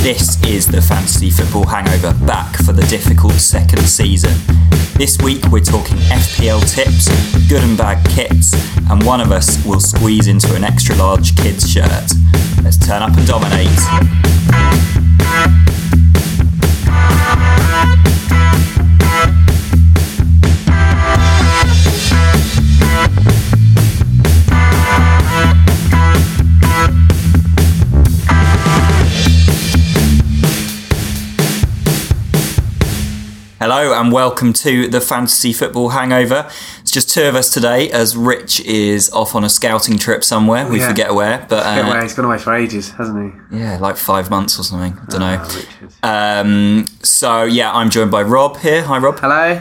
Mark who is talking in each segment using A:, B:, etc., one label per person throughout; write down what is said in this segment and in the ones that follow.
A: This is the Fantasy Football Hangover back for the difficult second season. This week we're talking FPL tips, good and bad kits, and one of us will squeeze into an extra large kids shirt. Let's turn up and dominate. Hello and welcome to the Fantasy Football Hangover. It's just two of us today, as Rich is off on a scouting trip somewhere. We
B: yeah.
A: forget where, but uh,
B: Been away. He's been away for ages, hasn't he?
A: yeah, like five months or something. I don't know.
B: Oh, Richard.
A: Um, so yeah, I'm joined by Rob here. Hi, Rob.
B: Hello.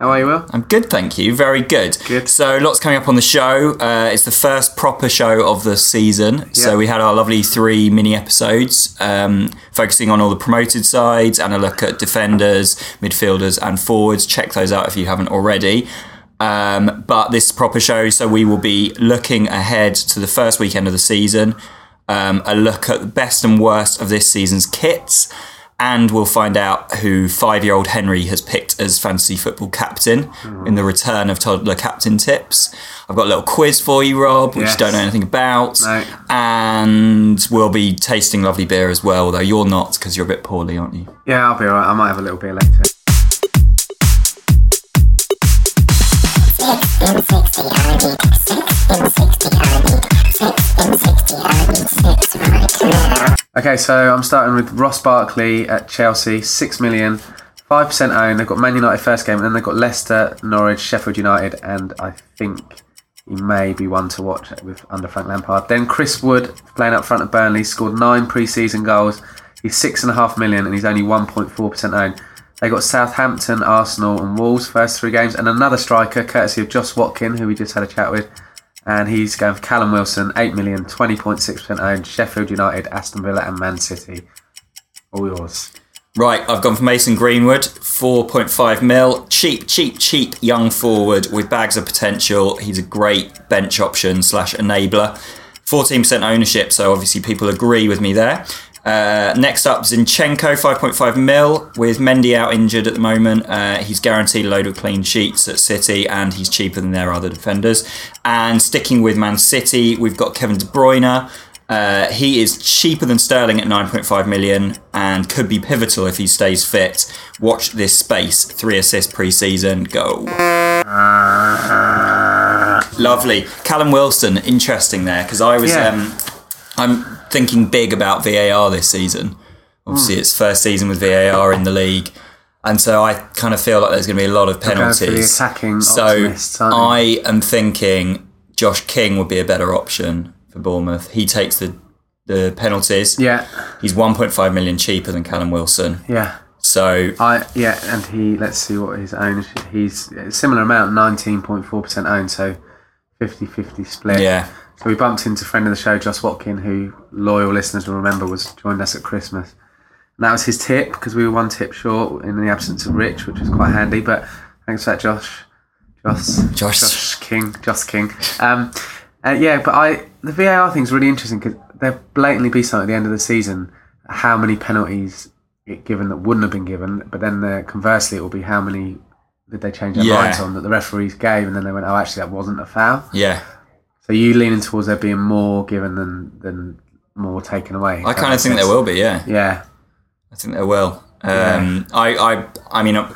B: How are you, Will?
A: I'm good, thank you. Very good.
B: Good.
A: So lots coming up on the show. Uh, it's the first proper show of the season. So
B: Yeah.
A: we had our lovely three mini episodes, um, focusing on all the promoted sides and a look at defenders, midfielders, and forwards. Check those out if you haven't already. Um, but this proper show, so we will be looking ahead to the first weekend of the season. Um, a look at the best and worst of this season's kits, and we'll find out who five year old Henry has picked as fantasy football captain in the return of toddler captain tips. I've got a little quiz for you, Rob, which
B: Yes.
A: you don't know anything about.
B: No.
A: And we'll be tasting lovely beer as well, though you're not because you're a bit poorly, aren't you?
B: Yeah, I'll be alright. I might have a little beer later. Okay, so I'm starting with Ross Barkley at Chelsea, six million, five percent owned. They've got Man United first game, and then they've got Leicester, Norwich, Sheffield United, and I think he may be one to watch with under Frank Lampard. Then Chris Wood playing up front at Burnley scored nine pre-season goals. He's six and a half million, and he's only one point four percent owned. They got Southampton, Arsenal, and Wolves first three games, and another striker courtesy of Joss Watkin, who we just had a chat with and he's going for Callum Wilson, 8 million, 20.6% owned, Sheffield United, Aston Villa, and Man City. All yours.
A: Right, I've gone for Mason Greenwood, 4.5 mil. Cheap, cheap, cheap young forward with bags of potential. He's a great bench option slash enabler. 14% ownership, so obviously people agree with me there. Uh, next up, Zinchenko, 5.5 mil. With Mendy out injured at the moment, uh, he's guaranteed a load of clean sheets at City and he's cheaper than their other defenders. And sticking with Man City, we've got Kevin De Bruyne. Uh, he is cheaper than Sterling at 9.5 million and could be pivotal if he stays fit. Watch this space. Three assists pre season. Go. Lovely. Callum Wilson, interesting there because I was.
B: Yeah.
A: Um, I'm thinking big about VAR this season. Obviously,
B: Hmm.
A: it's first season with VAR in the league. And so I kind of feel like there's going to be a lot of
B: going
A: penalties.
B: for the attacking
A: so
B: optimists, aren't you?
A: I am thinking Josh King would be a better option for Bournemouth. He takes the the penalties.
B: Yeah,
A: He's 1.5 million cheaper than Callum Wilson.
B: yeah.
A: So
B: I Yeah, and he, let's see what his ownership, he's a similar amount, 19.4% owned, so 50 50 split.
A: yeah,
B: So we bumped into friend of the show, Joss Watkin, who loyal listeners will remember was joined us at Christmas. And that was his tip because we were one tip short in the absence of Rich, which was quite handy. But thanks for that, Josh. Josh.
A: Josh.
B: Josh King. Josh King. Um, uh, yeah, but I the VAR thing's really interesting because there blatantly be something at the end of the season how many penalties it given that wouldn't have been given, but then uh, conversely it will be how many did they change their
A: Yeah.
B: minds on that the referees gave, and then they went, oh, actually that wasn't a foul.
A: yeah.
B: So you leaning towards there being more given than than more taken away?
A: I kind of think there will be. Yeah.
B: Yeah,
A: I think they will. Um, I, I, I mean, uh,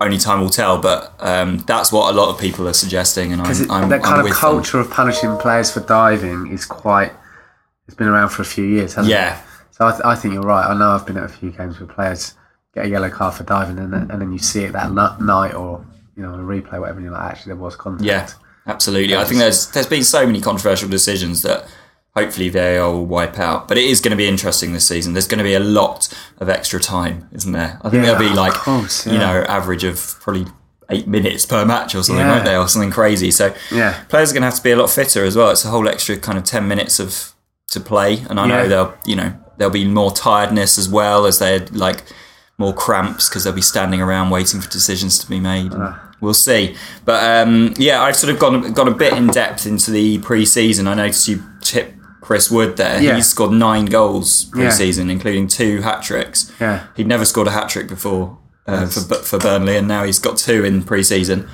A: only time will tell. But um, that's what a lot of people are suggesting, and I'm,
B: because
A: I'm,
B: that
A: I'm
B: kind
A: with them.
B: of culture of punishing players for diving is quite. It's been around for a few years, hasn't
A: Yeah.
B: it? So I, th- I think you're right. I know I've been at a few games where players get a yellow card for diving, and then, and then you see it that n- night or you know on a replay, whatever. And you're like, actually, there was contact.
A: Yeah, absolutely. I think there's there's been so many controversial decisions that hopefully VAR will wipe out. But it is going to be interesting this season. There's going to be a lot of extra time, isn't there? I think
B: Yeah,
A: there'll be
B: of
A: like
B: course,
A: you
B: yeah.
A: know average of probably eight minutes per match or something,
B: Yeah.
A: won't they, or something crazy. So
B: Yeah.
A: players are going to have to be a lot fitter as well. It's a whole extra kind of ten minutes of to play, and I know
B: Yeah.
A: they'll you know there'll be more tiredness as well as they're like more cramps because they'll be standing around waiting for decisions to be made.
B: Ah.
A: We'll see, but um, yeah, I've sort of gone gone a bit in depth into the pre-season. I noticed you tip Chris Wood there.
B: Yeah.
A: He's scored nine goals
B: Yeah.
A: pre-season, including two hat tricks.
B: Yeah.
A: he'd never scored a hat trick before uh, for Bu- for Burnley, and now he's got two in pre-season.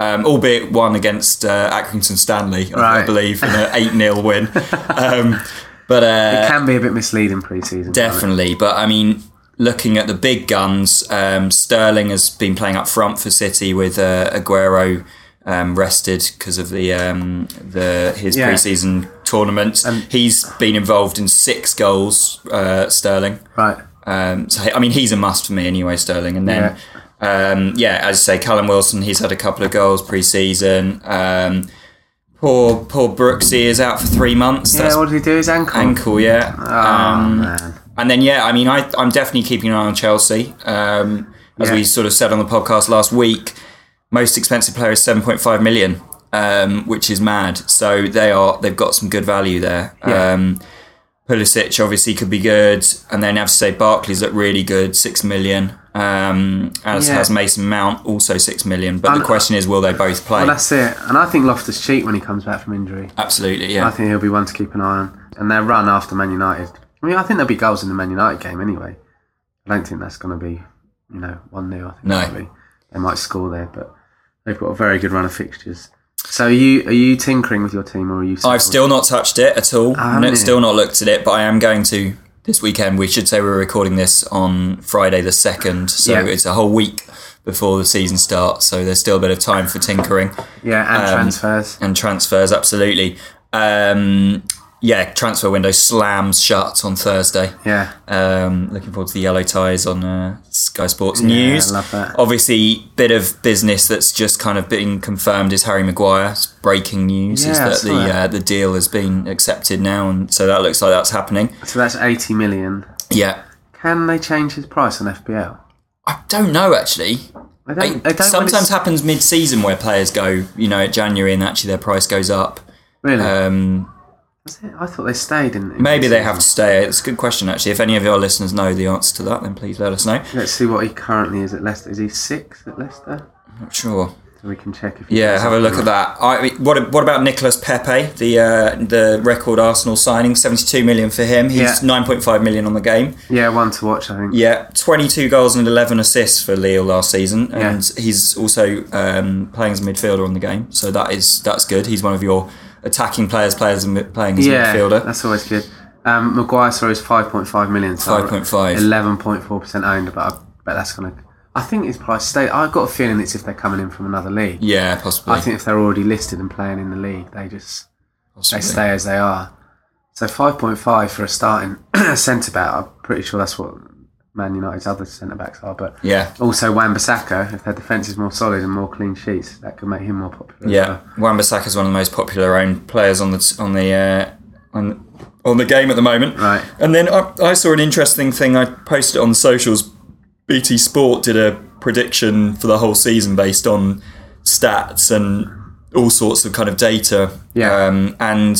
A: Um, albeit one against uh, Accrington Stanley, I- I
B: Right.
A: believe, in an 8 0 win. Um, but uh,
B: Can be a bit misleading pre-season. can't it?
A: Definitely, but I mean, looking at the big guns, um, Sterling has been playing up front for City with uh, Aguero um, rested because of the um, the his
B: Yeah.
A: preseason tournaments. he's been involved in six goals, uh, Sterling.
B: Right.
A: Um, so I mean, he's a must for me anyway, Sterling. And then, um, yeah, as you say, Callum Wilson, he's had a couple of goals pre-season. Um, poor poor Brooksy is out for three months.
B: Yeah,
A: That's
B: what did he do? His ankle.
A: ankle, yeah. um,
B: Oh, man.
A: and then, yeah, I mean, I, I'm definitely keeping an eye on Chelsea. Um, as
B: Yeah.
A: we sort of said on the podcast last week, most expensive player is 7.5 million, um, which is mad. So they are they've got some good value there.
B: Yeah.
A: Um, Pulisic obviously could be good, and then have to say Barkley's look really good, six million. Um, as
B: Yeah.
A: has Mason Mount, also six million. But the
B: And-
A: question is, will they both play?
B: Well, that's it. And I think Loftus Cheek when he comes back from injury.
A: Absolutely,
B: I
A: yeah.
B: think he'll be one to keep an eye on. And their run after Man United. I mean, I think there'll be goals in the Man United game anyway. I don't think that's going to be, you know, 1 0. I think
A: No.
B: that'll be- they might score there, but they've got a very good run of fixtures. So are you are you tinkering with your team or are you.
A: I've still not touched it at all.
B: haven't
A: No,
B: you?
A: still not looked at it, but I am going to this weekend. We should say we're recording this on Friday the 2nd, so
B: Yeah.
A: it's a whole week before the season starts, so there's still a bit of time for tinkering
B: Yeah,
A: um,
B: and transfers.
A: and transfers, absolutely. Um, yeah, transfer window slams shut on Thursday.
B: Yeah.
A: Um, looking forward to the yellow ties on uh, Sky Sports News.
B: love that.
A: Obviously, bit of business that's just kind of been confirmed is Harry Maguire. It's breaking news
B: Yeah, I
A: is that
B: saw
A: the
B: that.
A: uh, the deal has been accepted now, and so that looks like that's happening.
B: So that's 80 million.
A: Yeah,
B: Can they change his price on FPL?
A: I don't know actually.
B: They don't, they
A: It
B: don't when
A: sometimes
B: it's-
A: happens mid-season where players go, you know, at January, and actually their price goes up.
B: Really?
A: Um,
B: Is it? I thought they stayed in. in
A: maybe they have
B: season.
A: to stay. It's a good question actually. If any of your listeners know the answer to that, then please let us know.
B: Let's see what he currently is at Leicester. Is he six at Leicester?
A: Not sure.
B: So we can check if. He
A: Yeah,
B: does
A: have a look at that. I, what what about Nicolas Pepe, the uh, the record Arsenal signing, seventy two million for him. He's
B: Yeah.
A: nine point five million on the game.
B: Yeah, one to watch. I think.
A: Yeah, twenty two goals and eleven assists for Lille last season, and
B: Yeah.
A: he's also um, playing as a midfielder on the game. So that is that's good. He's one of your attacking players, players and mi- playing as a
B: Yeah,
A: midfielder.
B: that's always good. Um, Maguire sorry, is five point five million. So
A: 5.5.
B: Eleven point four percent owned, but I bet that's gonna. I think his price stayed. I've got a feeling it's if they're coming in from another league.
A: Yeah, possibly.
B: I think if they're already listed and playing in the league, they just they
A: possibly.
B: stay as they are. So five point five for a starting centre back. I'm pretty sure that's what Man United's other centre backs are, but.
A: Yeah,
B: Also, Wan Bissaka, if their defence is more solid and more clean sheets, that could make him more popular. as
A: yeah.
B: well.
A: Wan Bissaka is one of the most popular owned players on the on the uh, on on the game at the moment.
B: Right.
A: And then I, I saw an interesting thing. I posted on socials. BT Sport did a prediction for the whole season based on stats and all sorts of kind of data.
B: Yeah.
A: Um, and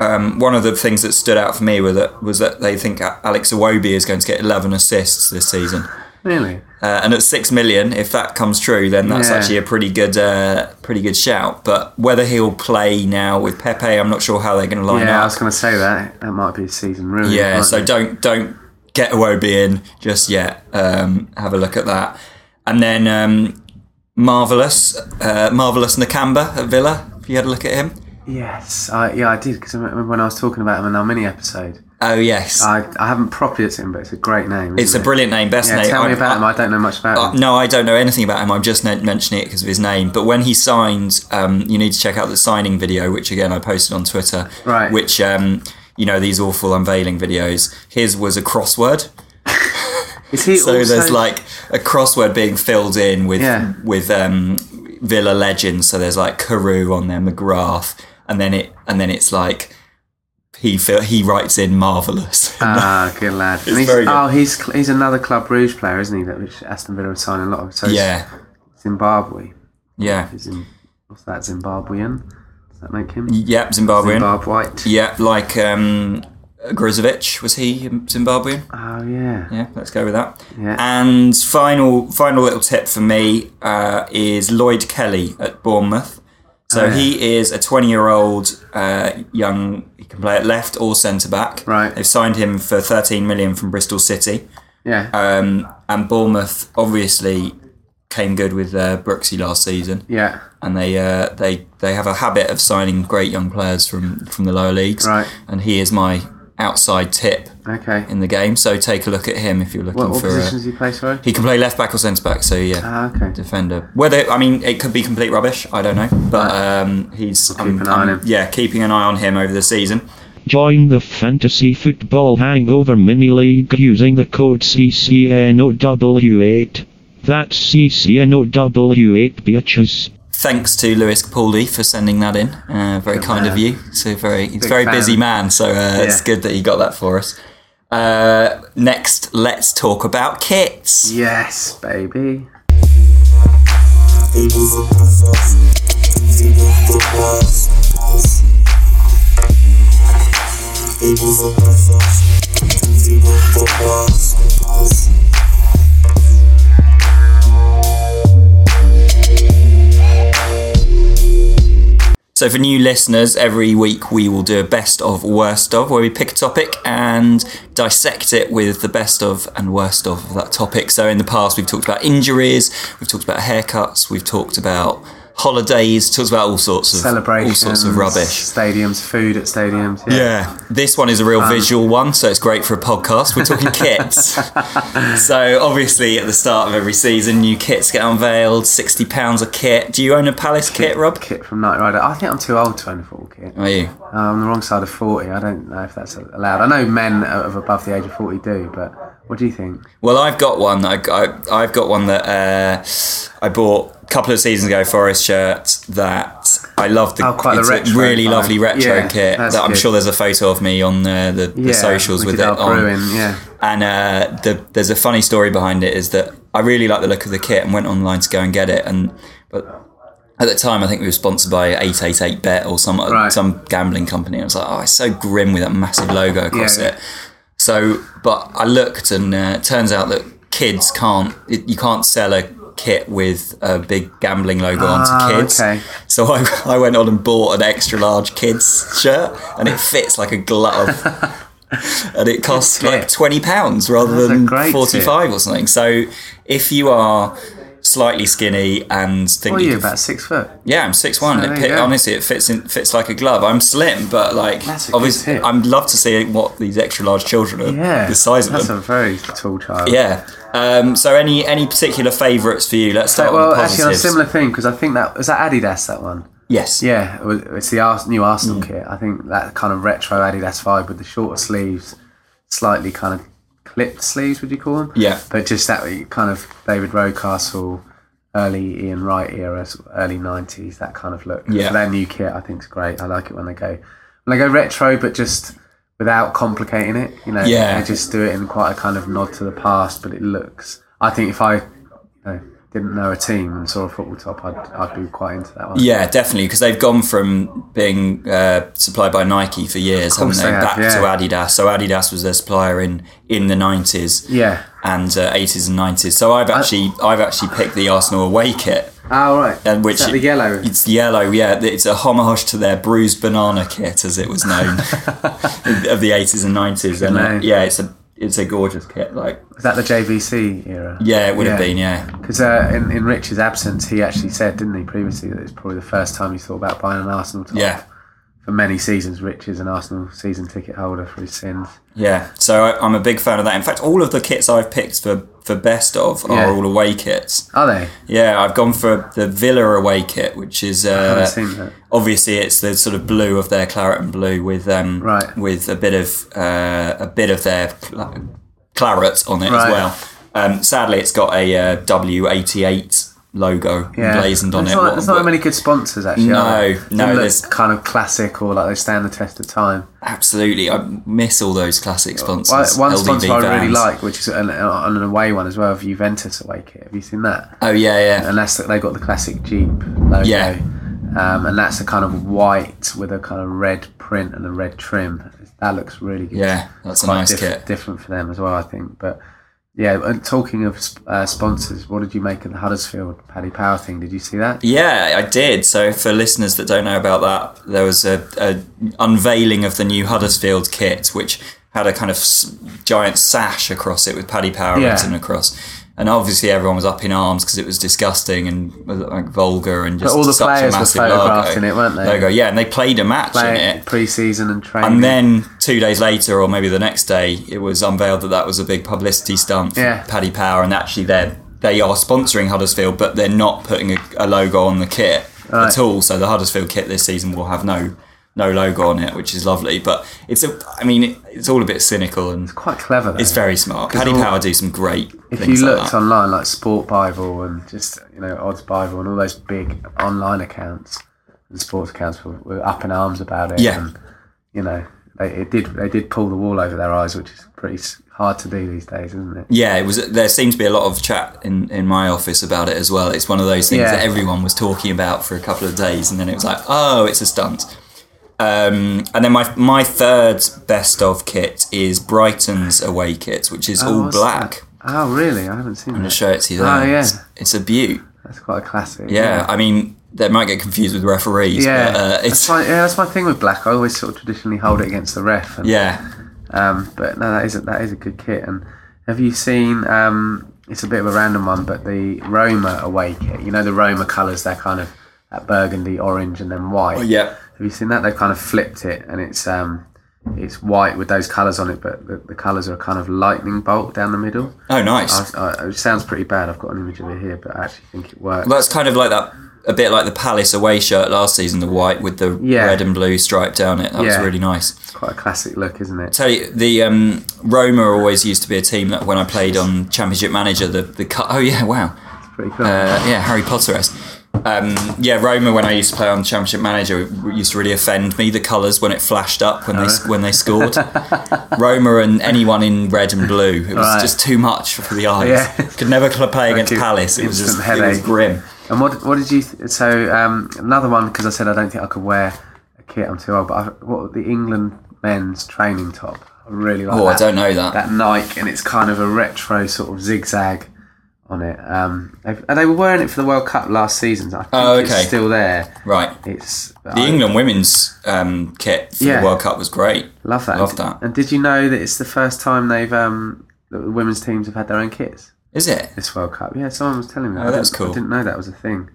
A: um, one of the things that stood out for me was that was that they think A- Alex Iwobi is going to get 11 assists this season.
B: Really?
A: Uh, and at six million, if that comes true, then that's
B: Yeah.
A: actually a pretty good, uh, pretty good shout. But whether he'll play now with Pepe, I'm not sure how they're going to line
B: Yeah, I
A: up.
B: was going to say that. That might be a season ruin.
A: Yeah,
B: mightn't
A: so
B: it?
A: don't don't get Awobi in just yet. Um, have a look at that, and then um, marvelous, uh, marvelous Nakamba at Villa. If you had a look at him,
B: Yes, I, yeah, I did, because I remember when I was talking about him in our mini episode.
A: oh yes,
B: I, I haven't properly looked at him, but it's a great name.
A: it's a brilliant name, best
B: Yeah,
A: name.
B: tell
A: I-
B: me about
A: I-
B: him. I don't know much about him.
A: No, I don't know anything about him. I'm just men- mentioning it because of his name. But when he signed, um, you need to check out the signing video, which again I posted on Twitter.
B: Right.
A: Which, um, you know, these awful unveiling videos. His was a crossword.
B: Is he
A: So
B: also,
A: there's like a crossword being filled in with
B: Yeah.
A: with um, Villa legends. So there's like Carew on there, McGrath, and then it and then it's like he fill, he writes in marvelous.
B: Ah, good lad. And he's,
A: very good.
B: Oh, he's cl- he's another Club Rouge player, isn't he? That which Aston Villa are signing a lot of. So it's
A: yeah,
B: Zimbabwe.
A: yeah,
B: He's in, what's that? Zimbabwean? Does that make him?
A: yep, Zimbabwean.
B: Zimbabwe White.
A: Yeah, like um, Grozovic was he Zimbabwean?
B: Oh yeah.
A: Yeah, let's go with that.
B: Yeah.
A: And final, final little tip for me uh, is Lloyd Kelly at Bournemouth.
B: Oh,
A: So he is a 20 year old uh, young. He can play at left or centre back.
B: Right.
A: They've signed him for 13 million from Bristol City.
B: Yeah.
A: Um, and Bournemouth obviously came good with uh, Brooksy last season,
B: yeah.
A: and they uh, they they have a habit of signing great young players from from the lower leagues.
B: Right.
A: And he is my outside tip
B: Okay.
A: in the game. So take a look at him if you're looking
B: What, what
A: for. a-
B: positions do you play, sorry?
A: he can play left back or centre back. So yeah.
B: Ah, okay.
A: Defender. Whether I mean it could be complete rubbish, I don't know. But um, he's
B: keep an eye on him.
A: yeah, keeping an eye on him over the season.
C: Join the Fantasy Football Hangover Mini League using the code CCNOW8. That's CCNOW8 bitches.
A: Thanks to Lewis Capaldi for sending that in. Uh, very kind of you. So very he's a very
B: fan.
A: busy man, so uh, it's good that he got that for us. Uh, next, let's talk about kits.
B: Yes, baby.
A: So, for new listeners, every week we will do a best of worst of where we pick a topic and dissect it with the best of and worst of that topic. So, in the past, we've talked about injuries, we've talked about haircuts, we've talked about holidays, talked about all sorts of
B: Celebrations.
A: all sorts of rubbish.
B: Stadiums, food at stadiums.
A: Yeah, this one is a real
B: Um,
A: visual one, so it's great for a podcast. We're talking kits. so, obviously, at the start of every season, new kits get unveiled. Sixty pounds a kit. Do you own a Palace kit, Rob?
B: Kit from Knight Rider. I think I'm too old to own a football kit. Uh,
A: Are you?
B: I'm on the wrong side of 40. I don't know if that's allowed. I know men of above the age of 40 do, but what do you think?
A: Well, I've got one. that I, I, have got one that uh, I bought a couple of seasons ago. Forest shirt that I love. The,
B: Oh, quite the
A: it's
B: retro
A: a really
B: vibe.
A: lovely retro
B: Yeah,
A: kit. That
B: that's
A: I'm
B: good.
A: sure there's a photo of me on uh, the, the
B: Yeah,
A: socials
B: we
A: with
B: did
A: it
B: our
A: on.
B: brewing, yeah.
A: And uh, the, there's a funny story behind it is that I really like the look of the kit and went online to go and get it. And but at the time, I think we were sponsored by 888 Bet or some
B: Right.
A: some gambling company. I was like, oh, it's so grim with that massive logo across
B: Yeah.
A: it. So, but I looked, and uh, it turns out that kids can't. It, you can't sell a kit with a big gambling logo
B: Ah,
A: onto kids.
B: okay.
A: So I, I went on and bought an extra large kids shirt, and it fits like a glove. and it costs
B: Good
A: like
B: kit.
A: twenty pounds rather
B: That's a
A: than
B: great
A: forty-five or something. So if you are slightly skinny and think
B: What are
A: you
B: you,
A: could-
B: about six foot?
A: yeah, I'm six one.
B: So
A: it
B: there
A: fit,
B: you go.
A: honestly, it fits in, fits like a glove. I'm slim, but like
B: That's a good
A: obviously,
B: tip.
A: I'd love to see what these extra large children are.
B: Yeah.
A: the size of
B: That's
A: them.
B: a very tall child.
A: yeah. Um, so any any particular favourites for you? Let's start.
B: Well,
A: with the
B: actually, on a
A: positives.
B: similar thing, because I think that was that Adidas, that one.
A: Yes.
B: Yeah, it was- it's the Ars- new Arsenal
A: Mm.
B: kit. I think that kind of retro Adidas vibe with the shorter sleeves, slightly kind of clipped sleeves, would you call them?
A: Yeah.
B: But just that kind of David Rowcastle, early Ian Wright era, sort of early 90s, that kind of look.
A: Yeah.
B: So their new kit, I think, is great. I like it when they go when they go retro, but just without complicating it. You know,
A: Yeah.
B: they just do it in quite a kind of nod to the past, but it looks. I think if I you know, didn't know a team and saw a football top, I'd, I'd be quite into that one.
A: Yeah, definitely, because they've gone from being uh, supplied by Nike for years, haven't
B: course
A: they,
B: they have,
A: back
B: yeah.
A: to Adidas. So Adidas was their supplier in in the nineties,
B: Yeah.
A: and uh, eighties and nineties. So I've actually I, have actually picked the Arsenal away kit.
B: Oh, right.
A: And which
B: Is that the yellow?
A: It's yellow, yeah. It's a homage to their bruised banana kit, as it was known, of the eighties and nineties. And uh,
B: name.
A: yeah, it's a it's a gorgeous kit. Like,
B: Is that the JVC era?
A: yeah, it would have
B: Yeah.
A: been, yeah,
B: Because uh, in, in Rich's absence, he actually said, didn't he, previously, that it's probably the first time he thought about buying an Arsenal top.
A: yeah,
B: For many seasons, Rich is an Arsenal season ticket holder for his sins.
A: yeah. So I, I'm a big fan of that. In fact, all of the kits I've picked for for best of are
B: Yeah.
A: all away kits.
B: Are they?
A: Yeah, I've gone for the Villa away kit, which is uh,
B: haven't seen that.
A: obviously it's the sort of blue of their claret and blue with um
B: Right.
A: with a bit of uh, a bit of their cl- claret on it as
B: Right.
A: well. Um, sadly, it's got a uh, W88 logo emblazoned on
B: there's
A: it.
B: Not,
A: What-
B: there's not
A: what-
B: many good sponsors, actually.
A: No,
B: are there?
A: no,
B: They look
A: there's-
B: kind of classic or like they stand the test of time.
A: Absolutely, I miss all those classic sponsors.
B: One one
A: LDV
B: sponsor I really
A: vans.
B: like, which is an, on an away one as well, Juventus away kit. Have you seen that?
A: Oh yeah, yeah.
B: and that's they got the classic Jeep logo.
A: Yeah.
B: Um, and that's a kind of white with a kind of red print and a red trim. That looks really good.
A: Yeah, that's a
B: Quite
A: nice
B: diff-
A: kit.
B: Different for them as well, I think. But Yeah, and talking of uh, sponsors, what did you make of the Huddersfield Paddy Power thing? Did you see that?
A: Yeah, I did. So for listeners that don't know about that, there was a, a unveiling of the new Huddersfield kit, which had a kind of s- giant sash across it with Paddy Power
B: Yeah.
A: written across. And obviously everyone was up in arms because it was disgusting and uh, like vulgar and just
B: all the
A: such
B: players
A: a
B: were
A: massive
B: photographed
A: logo.
B: in it, weren't they?
A: Logo, yeah, and they played a match in
B: Playing
A: it.
B: pre-season and training.
A: And then two days later, or maybe the next day, it was unveiled that that was a big publicity stunt for
B: Yeah.
A: Paddy Power, and actually they're they are sponsoring Huddersfield, but they're not putting a, a logo on the kit at all. So the Huddersfield kit this season will have no no logo on it, which is lovely. But it's a, I mean, it, it's all a bit cynical and
B: quite clever. Though.
A: it's very smart. Paddy
B: all-
A: Power do some great.
B: if you
A: things like
B: looked
A: that.
B: online, like Sport Bible and just you know Odds Bible and all those big online accounts and sports accounts were, were up in arms about it.
A: Yeah.
B: and, you know they it did they did pull the wall over their eyes, which is pretty s- hard to do these days, isn't it?
A: Yeah, it was. There seemed to be a lot of chat in, in my office about it as well. It's one of those things
B: Yeah.
A: that everyone was talking about for a couple of days, and then it was like, oh, it's a stunt. Um, and then my my third best of kit is Brighton's away kit, which is all
B: Oh, what's
A: black.
B: Oh really? I haven't seen
A: I'll
B: that.
A: show it to you. There.
B: Oh, yeah.
A: it's, it's a beaut.
B: That's quite a classic.
A: Yeah, I mean, they might get confused with referees.
B: Yeah,
A: but, uh,
B: that's
A: it's
B: my, yeah, that's my thing with black. I always sort of traditionally hold it against the ref. And,
A: yeah.
B: Um, but no, that is a, that is a good kit. And have you seen? Um, it's a bit of a random one, but the Roma away kit. You know the Roma colours. They're kind of that burgundy, orange, and then white.
A: Oh, Yeah.
B: Have you seen that? They've kind of flipped it, and it's um, it's white with those colours on it, but the, the colours are a kind of lightning bolt down the middle.
A: Oh, nice.
B: I, I, it sounds pretty bad. I've got an image of it here, but I actually think it works.
A: Well, That's kind of like that, a bit like the Palace away shirt last season, the white with the
B: Yeah.
A: red and blue stripe down it. That was
B: Yeah.
A: really nice.
B: It's quite a classic look, isn't it?
A: tell you, the um, Roma always used to be a team that when I played on Championship Manager, the the co- oh yeah, wow,
B: Pretty cool.
A: uh, yeah, Harry Potter esque. Um, yeah, Roma. When I used to play on Championship Manager, it w- used to really offend me. The colours when it flashed up when they s when they scored. Roma and anyone in red and blue. It was
B: Right.
A: just too much for the eyes.
B: Yeah.
A: Could never cl- play against
B: Like it-
A: Palace. It was just
B: instant
A: it was
B: headache.
A: grim.
B: And what what did you? Th- so um, another one because I said I don't think I could wear a kit. I'm too old. But I, what the England men's training top? I really like
A: Oh,
B: that.
A: I don't know that.
B: That Nike and it's kind of a retro sort of zigzag on it. Um, they- and they were wearing it for the World Cup last season. so I think
A: Oh, okay.
B: it's still there.
A: Right.
B: It's
A: The England women's um, kit for
B: Yeah.
A: the World Cup was great.
B: Love that.
A: Love that.
B: And did you know that it's the first time they've um, that the women's teams have had their own kits
A: Is it?
B: this World Cup? Yeah, someone was telling me. that. I
A: Oh, that's
B: didn't-
A: cool.
B: I didn't know that was a thing.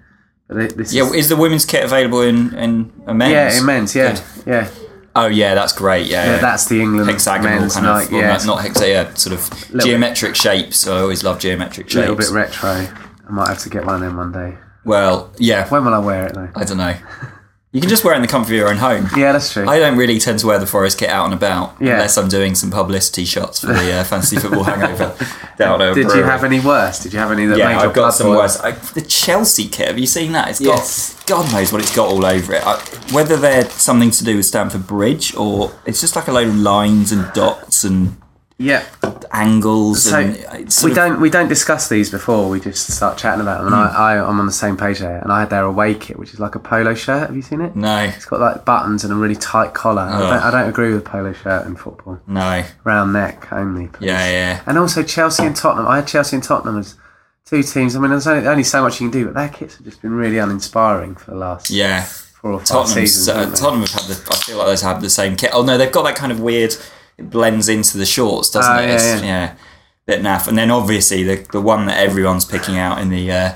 B: But they, this
A: Yeah,
B: is,
A: is the women's kit available in in a men's?
B: yeah, in men's, yeah, yeah.
A: Oh yeah, that's great. Yeah,
B: Yeah,
A: yeah.
B: that's the England
A: hexagonal
B: men's
A: kind
B: night.
A: of, well,
B: yeah,
A: not, not hexa, yeah, sort of
B: bit.
A: geometric shapes. So I always love geometric
B: a little bit
A: shapes.
B: retro. I might have to get one of them one day.
A: well, yeah,
B: When will I wear it though?
A: I don't know. You can just wear it in the comfort of your own home.
B: Yeah, that's true.
A: I don't really tend to wear the forest kit out and about
B: Yeah.
A: unless I'm doing some publicity shots for the uh, fantasy football hangover. down at a
B: Did you
A: brewery.
B: have any worse? Did you have any that made
A: Yeah,
B: your
A: I've
B: blood
A: got some
B: boil?
A: worse. I, the Chelsea kit. Have you seen that? It's got
B: Yes.
A: God knows what it's got all over it. I, whether they're something to do with Stamford Bridge or it's just like a load of lines and dots and
B: Yeah,
A: angles
B: so
A: and it's sort
B: we
A: of- Hmm.
B: don't we don't discuss these before. We just start chatting about them. And I, I I'm on the same page there. And I had their away kit, which is like a polo shirt. Have you seen it?
A: no Oh.
B: It's got like buttons and a really tight collar. I, don't, I don't agree with polo shirt and football.
A: no
B: Round neck only. please.
A: yeah yeah
B: And also Chelsea and Tottenham. I had Chelsea and Tottenham as two teams. I mean, there's only, only so much you can do, but their kits have just been really uninspiring for the last
A: yeah.
B: four or five
A: Tottenham's,
B: seasons.
A: uh,
B: haven't they?
A: Tottenham have had the. I feel like they've had the same kit. Oh no, they've got that kind of weird. It blends into the shorts, doesn't
B: Oh,
A: it?
B: yeah,
A: It's-
B: yeah.
A: bit naff. And then obviously the the one that everyone's picking out in the. Uh,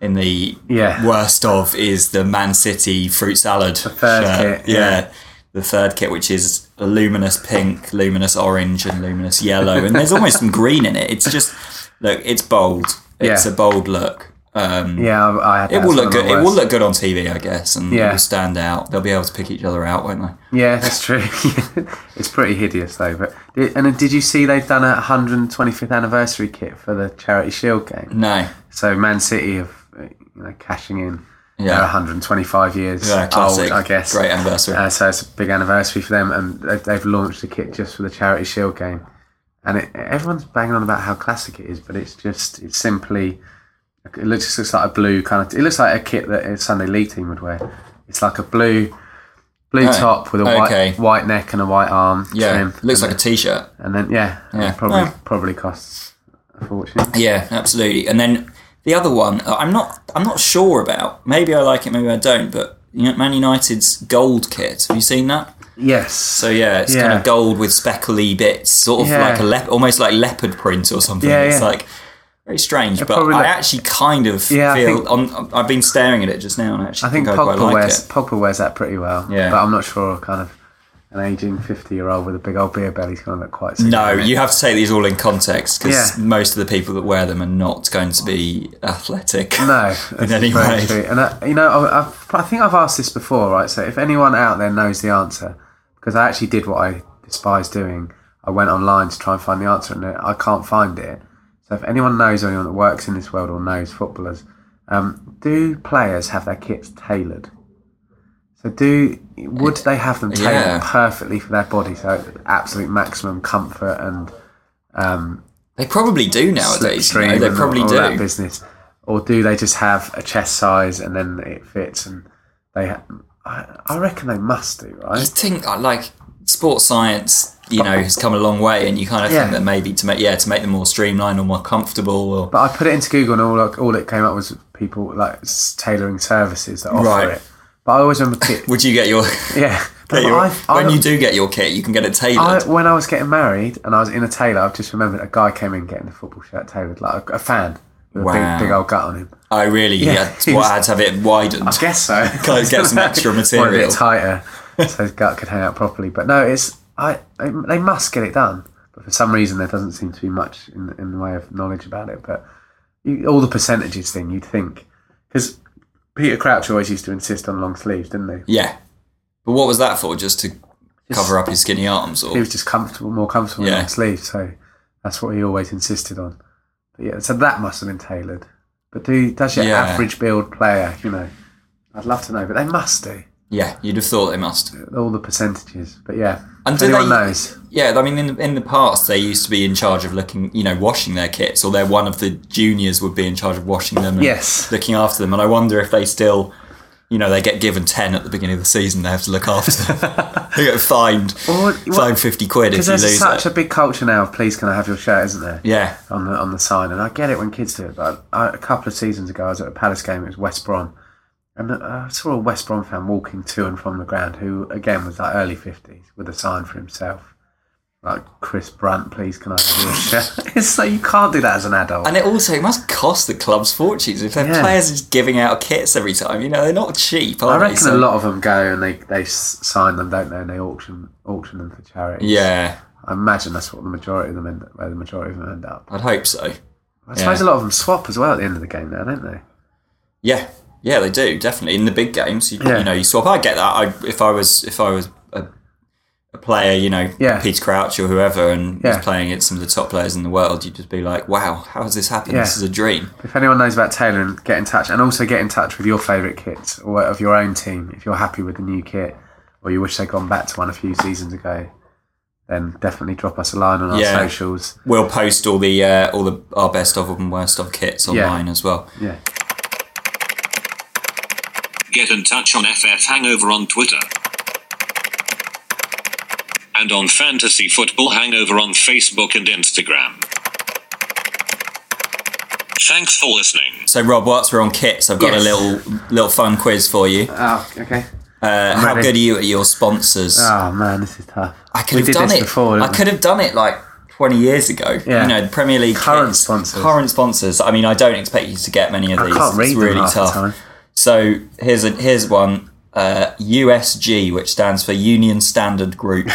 A: in the
B: Yeah.
A: worst of is the Man City fruit salad. The
B: third kit,
A: yeah.
B: yeah.
A: The third kit, which is a luminous pink, luminous orange, and luminous yellow. And there's almost some green in it. It's just, look, it's bold. It's
B: Yeah.
A: a bold look. Um,
B: Yeah, I, I had.
A: It
B: that
A: will
B: as
A: look
B: one of
A: good.
B: my
A: It will
B: worst.
A: look good on TV, I guess, and
B: Yeah.
A: it will stand out. They'll be able to pick each other out, won't they?
B: Yeah, that's true. it's pretty hideous though. But and then did you see they've done a 125th anniversary kit for the Charity Shield game?
A: No.
B: So Man City have uh, you know cashing in. uh,
A: Yeah.
B: They're 125 years
A: Yeah, classic.
B: old, I guess.
A: Great anniversary.
B: Uh, so it's a big anniversary for them, and they've, they've launched a kit just for the Charity Shield game. And it, everyone's banging on about how classic it is, but it's just it's simply it looks just looks like a blue kind of it looks like a kit that a Sunday League team would wear. It's like a blue blue
A: Oh,
B: top with a
A: okay.
B: white white neck and a white arm
A: yeah.
B: trim.
A: Looks
B: and
A: like a t shirt.
B: and then yeah, and
A: Yeah.
B: it probably
A: Yeah.
B: probably costs a fortune.
A: Yeah, absolutely. And then the other one, uh, I'm not, I'm not sure about. Maybe I like it, maybe I don't. But you know, Man United's gold kit. Have you seen that?
B: Yes.
A: So yeah, it's kind
B: Yeah.
A: of gold with speckly bits, sort of
B: Yeah.
A: like a lep almost like leopard print or something.
B: Yeah,
A: it's
B: yeah.
A: like very strange. but
B: probably
A: I
B: like-
A: actually kind of
B: Yeah, I
A: feel.
B: think-
A: on, I've been staring at it just now, and actually
B: I think
A: I
B: Pogba
A: quite like
B: wears
A: it.
B: Pogba wears that pretty well.
A: Yeah.
B: But I'm not sure. Kind of an aging 50 year old with a big old beer belly's going to look quite.
A: No,
B: significant.
A: you have to take these all in context because
B: Yeah.
A: most of the people that wear them are not going to be athletic.
B: No,
A: in
B: that's
A: any
B: very
A: way.
B: true. And I, you know, I, I, I think I've asked this before, right? So if anyone out there knows the answer, because I actually did what I despise doing, I went online to try and find the answer, and I can't find it. So if anyone knows, or anyone that works in this world or knows footballers, um, do players have their kits tailored? So do would they have them tailored
A: Yeah.
B: perfectly for their body, so absolute maximum comfort and
A: They probably do nowadays. You know?
B: slipstream
A: They
B: and
A: probably
B: all,
A: do.
B: that business, or do they just have a chest size and then it fits and they? Ha- I, I reckon they must do,
A: I
B: right?
A: think uh, like sports science, you know, has come a long way, and you kind of
B: Yeah.
A: think that maybe to make yeah to make them more streamlined or more comfortable or
B: But I put it into Google and all I- all it came up was people like s- tailoring services that offer
A: Right.
B: it. But I always remember, kit,
A: Would you get your,
B: yeah.
A: get
B: But
A: your-
B: I- I-
A: when you do get your kit, you can get it
B: I,
A: tailored.
B: when I was getting married and I was in a tailor, I've just remembered a guy came in getting a football shirt tailored, like a, a fan with a
A: Wow.
B: big, big old gut on him.
A: I, really,
B: Yeah,
A: yeah,
B: he
A: well,
B: was-
A: I had to have it widened.
B: I guess so.
A: Guys, get some extra
B: Or a
A: material.
B: bit tighter, so his gut could hang out properly. But no, it's I. They must get it done, but for some reason there doesn't seem to be much in, in the way of knowledge about it. But you, all the percentages thing, you'd think, because Peter Crouch always used to insist on long sleeves, didn't he?
A: Yeah, but what was that for? Just to cover up his skinny arms,
B: He
A: or
B: was just comfortable, more comfortable in
A: Yeah.
B: long sleeves, so that's what he always insisted on. But yeah, so that must have been tailored. But do does your
A: Yeah.
B: average build player, you know? I'd love to know, but they must do.
A: yeah, you'd have thought they must.
B: all the percentages. But yeah,
A: And
B: if
A: do
B: anyone
A: they-
B: knows,
A: Yeah, I mean, in the, in the past, they used to be in charge of looking, you know, washing their kits, or they're one of the juniors would be in charge of washing them. And
B: Yes.
A: looking after them. And I wonder if they still, you know, they get given ten at the beginning of the season, they have to look after them. they get fined,
B: Well, what-
A: fined fifty quid if
B: because
A: you
B: there's
A: lose
B: such
A: it.
B: a big culture now of please can I have your shirt, isn't there?
A: yeah,
B: On the on the sign, and I get it when kids do it. But I, a couple of seasons ago, I was at a Palace game. It was West Brom, and uh, I saw a West Brom fan walking to and from the ground, who again was like early fifties with a sign for himself. Like Chris Brunt, please can I have your shirt? It's like you can't do that as an adult.
A: and it also must cost the clubs fortunes if their
B: Yeah.
A: players are just giving out kits every time. You know, they're not cheap. Are
B: I
A: they?
B: reckon
A: So-
B: a lot of them go and they, they s- sign them, don't they? And they auction auction them for charity.
A: Yeah,
B: I imagine that's what the majority of them end where the majority of them end up.
A: I'd hope so.
B: I suppose
A: Yeah.
B: a lot of them swap as well at the end of the game now, don't they?
A: Yeah, yeah, they do definitely in the big games. You,
B: Yeah.
A: you know, you swap. I get that. I if I was if I was a, a player, you know,
B: Yeah.
A: Peter Crouch or whoever, and
B: Yeah.
A: was playing against some of the top players in the world, you'd just be like, "Wow, how has this happened?
B: Yeah.
A: This is a dream."
B: If anyone knows about tailoring, get in touch and also get in touch with your favourite kits or of your own team. If you're happy with the new kit or you wish they'd gone back to one a few seasons ago, then definitely drop us a line on our
A: Yeah.
B: socials.
A: We'll post all the uh, all the our best of and worst of kits online as well.
B: Yeah.
D: Get in touch on FF Hangover on Twitter. And on Fantasy Football Hangover on Facebook and Instagram. Thanks for listening.
A: So, Rob, whilst we're on kits, I've got
B: Yes.
A: a little little fun quiz for you.
B: Oh, okay.
A: Uh, how
B: ready.
A: good are you at your sponsors?
B: Oh man, this is tough.
A: I could
B: we
A: have
B: did
A: done
B: this
A: it.
B: before.
A: I
B: didn't
A: could have done it like 20 years ago.
B: Yeah.
A: You know, the Premier League
B: Current
A: kits,
B: sponsors.
A: Current sponsors. I mean, I don't expect you to get many of
B: I
A: these.
B: can't read
A: it's
B: them
A: really
B: half the
A: tough.
B: time.
A: So here's a here's one. Uh, USG, which stands for Union Standard Group.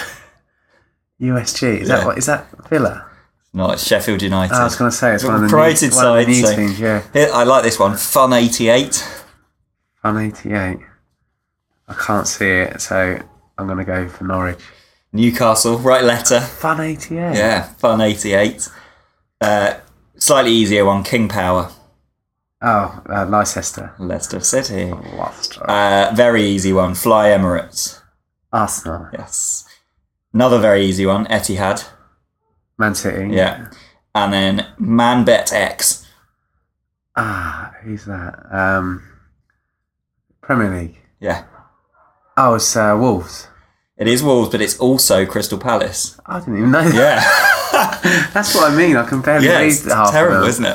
B: we? USG. Is
A: Yeah.
B: that what is that Villa?
A: No, it's Sheffield United.
B: I was going to say it's one of the
A: Promoted
B: new, one of
A: side,
B: the new
A: so-
B: teams. Yeah.
A: Here- I like this one. Fun 88.
B: I'm 88. I can't see it, so I'm going to go for Norwich.
A: Newcastle, right letter.
B: Fun 88.
A: Yeah, Fun 88. Uh, slightly easier one. King Power,
B: Oh, uh, Leicester.
A: Leicester City.
B: Leicester.
A: Uh, very easy one. Fly Emirates.
B: Arsenal.
A: Yes. Another very easy one, Etihad.
B: Man City.
A: Yeah. And then Manbet X.
B: Ah, who's that? Um, Premier League.
A: Yeah.
B: Oh, it's uh, Wolves.
A: It is Wolves, but it's also Crystal Palace.
B: I didn't even know that.
A: Yeah.
B: That's what I mean. I can barely
A: Yeah,
B: read
A: it's
B: half of
A: terrible,
B: them. um,
A: isn't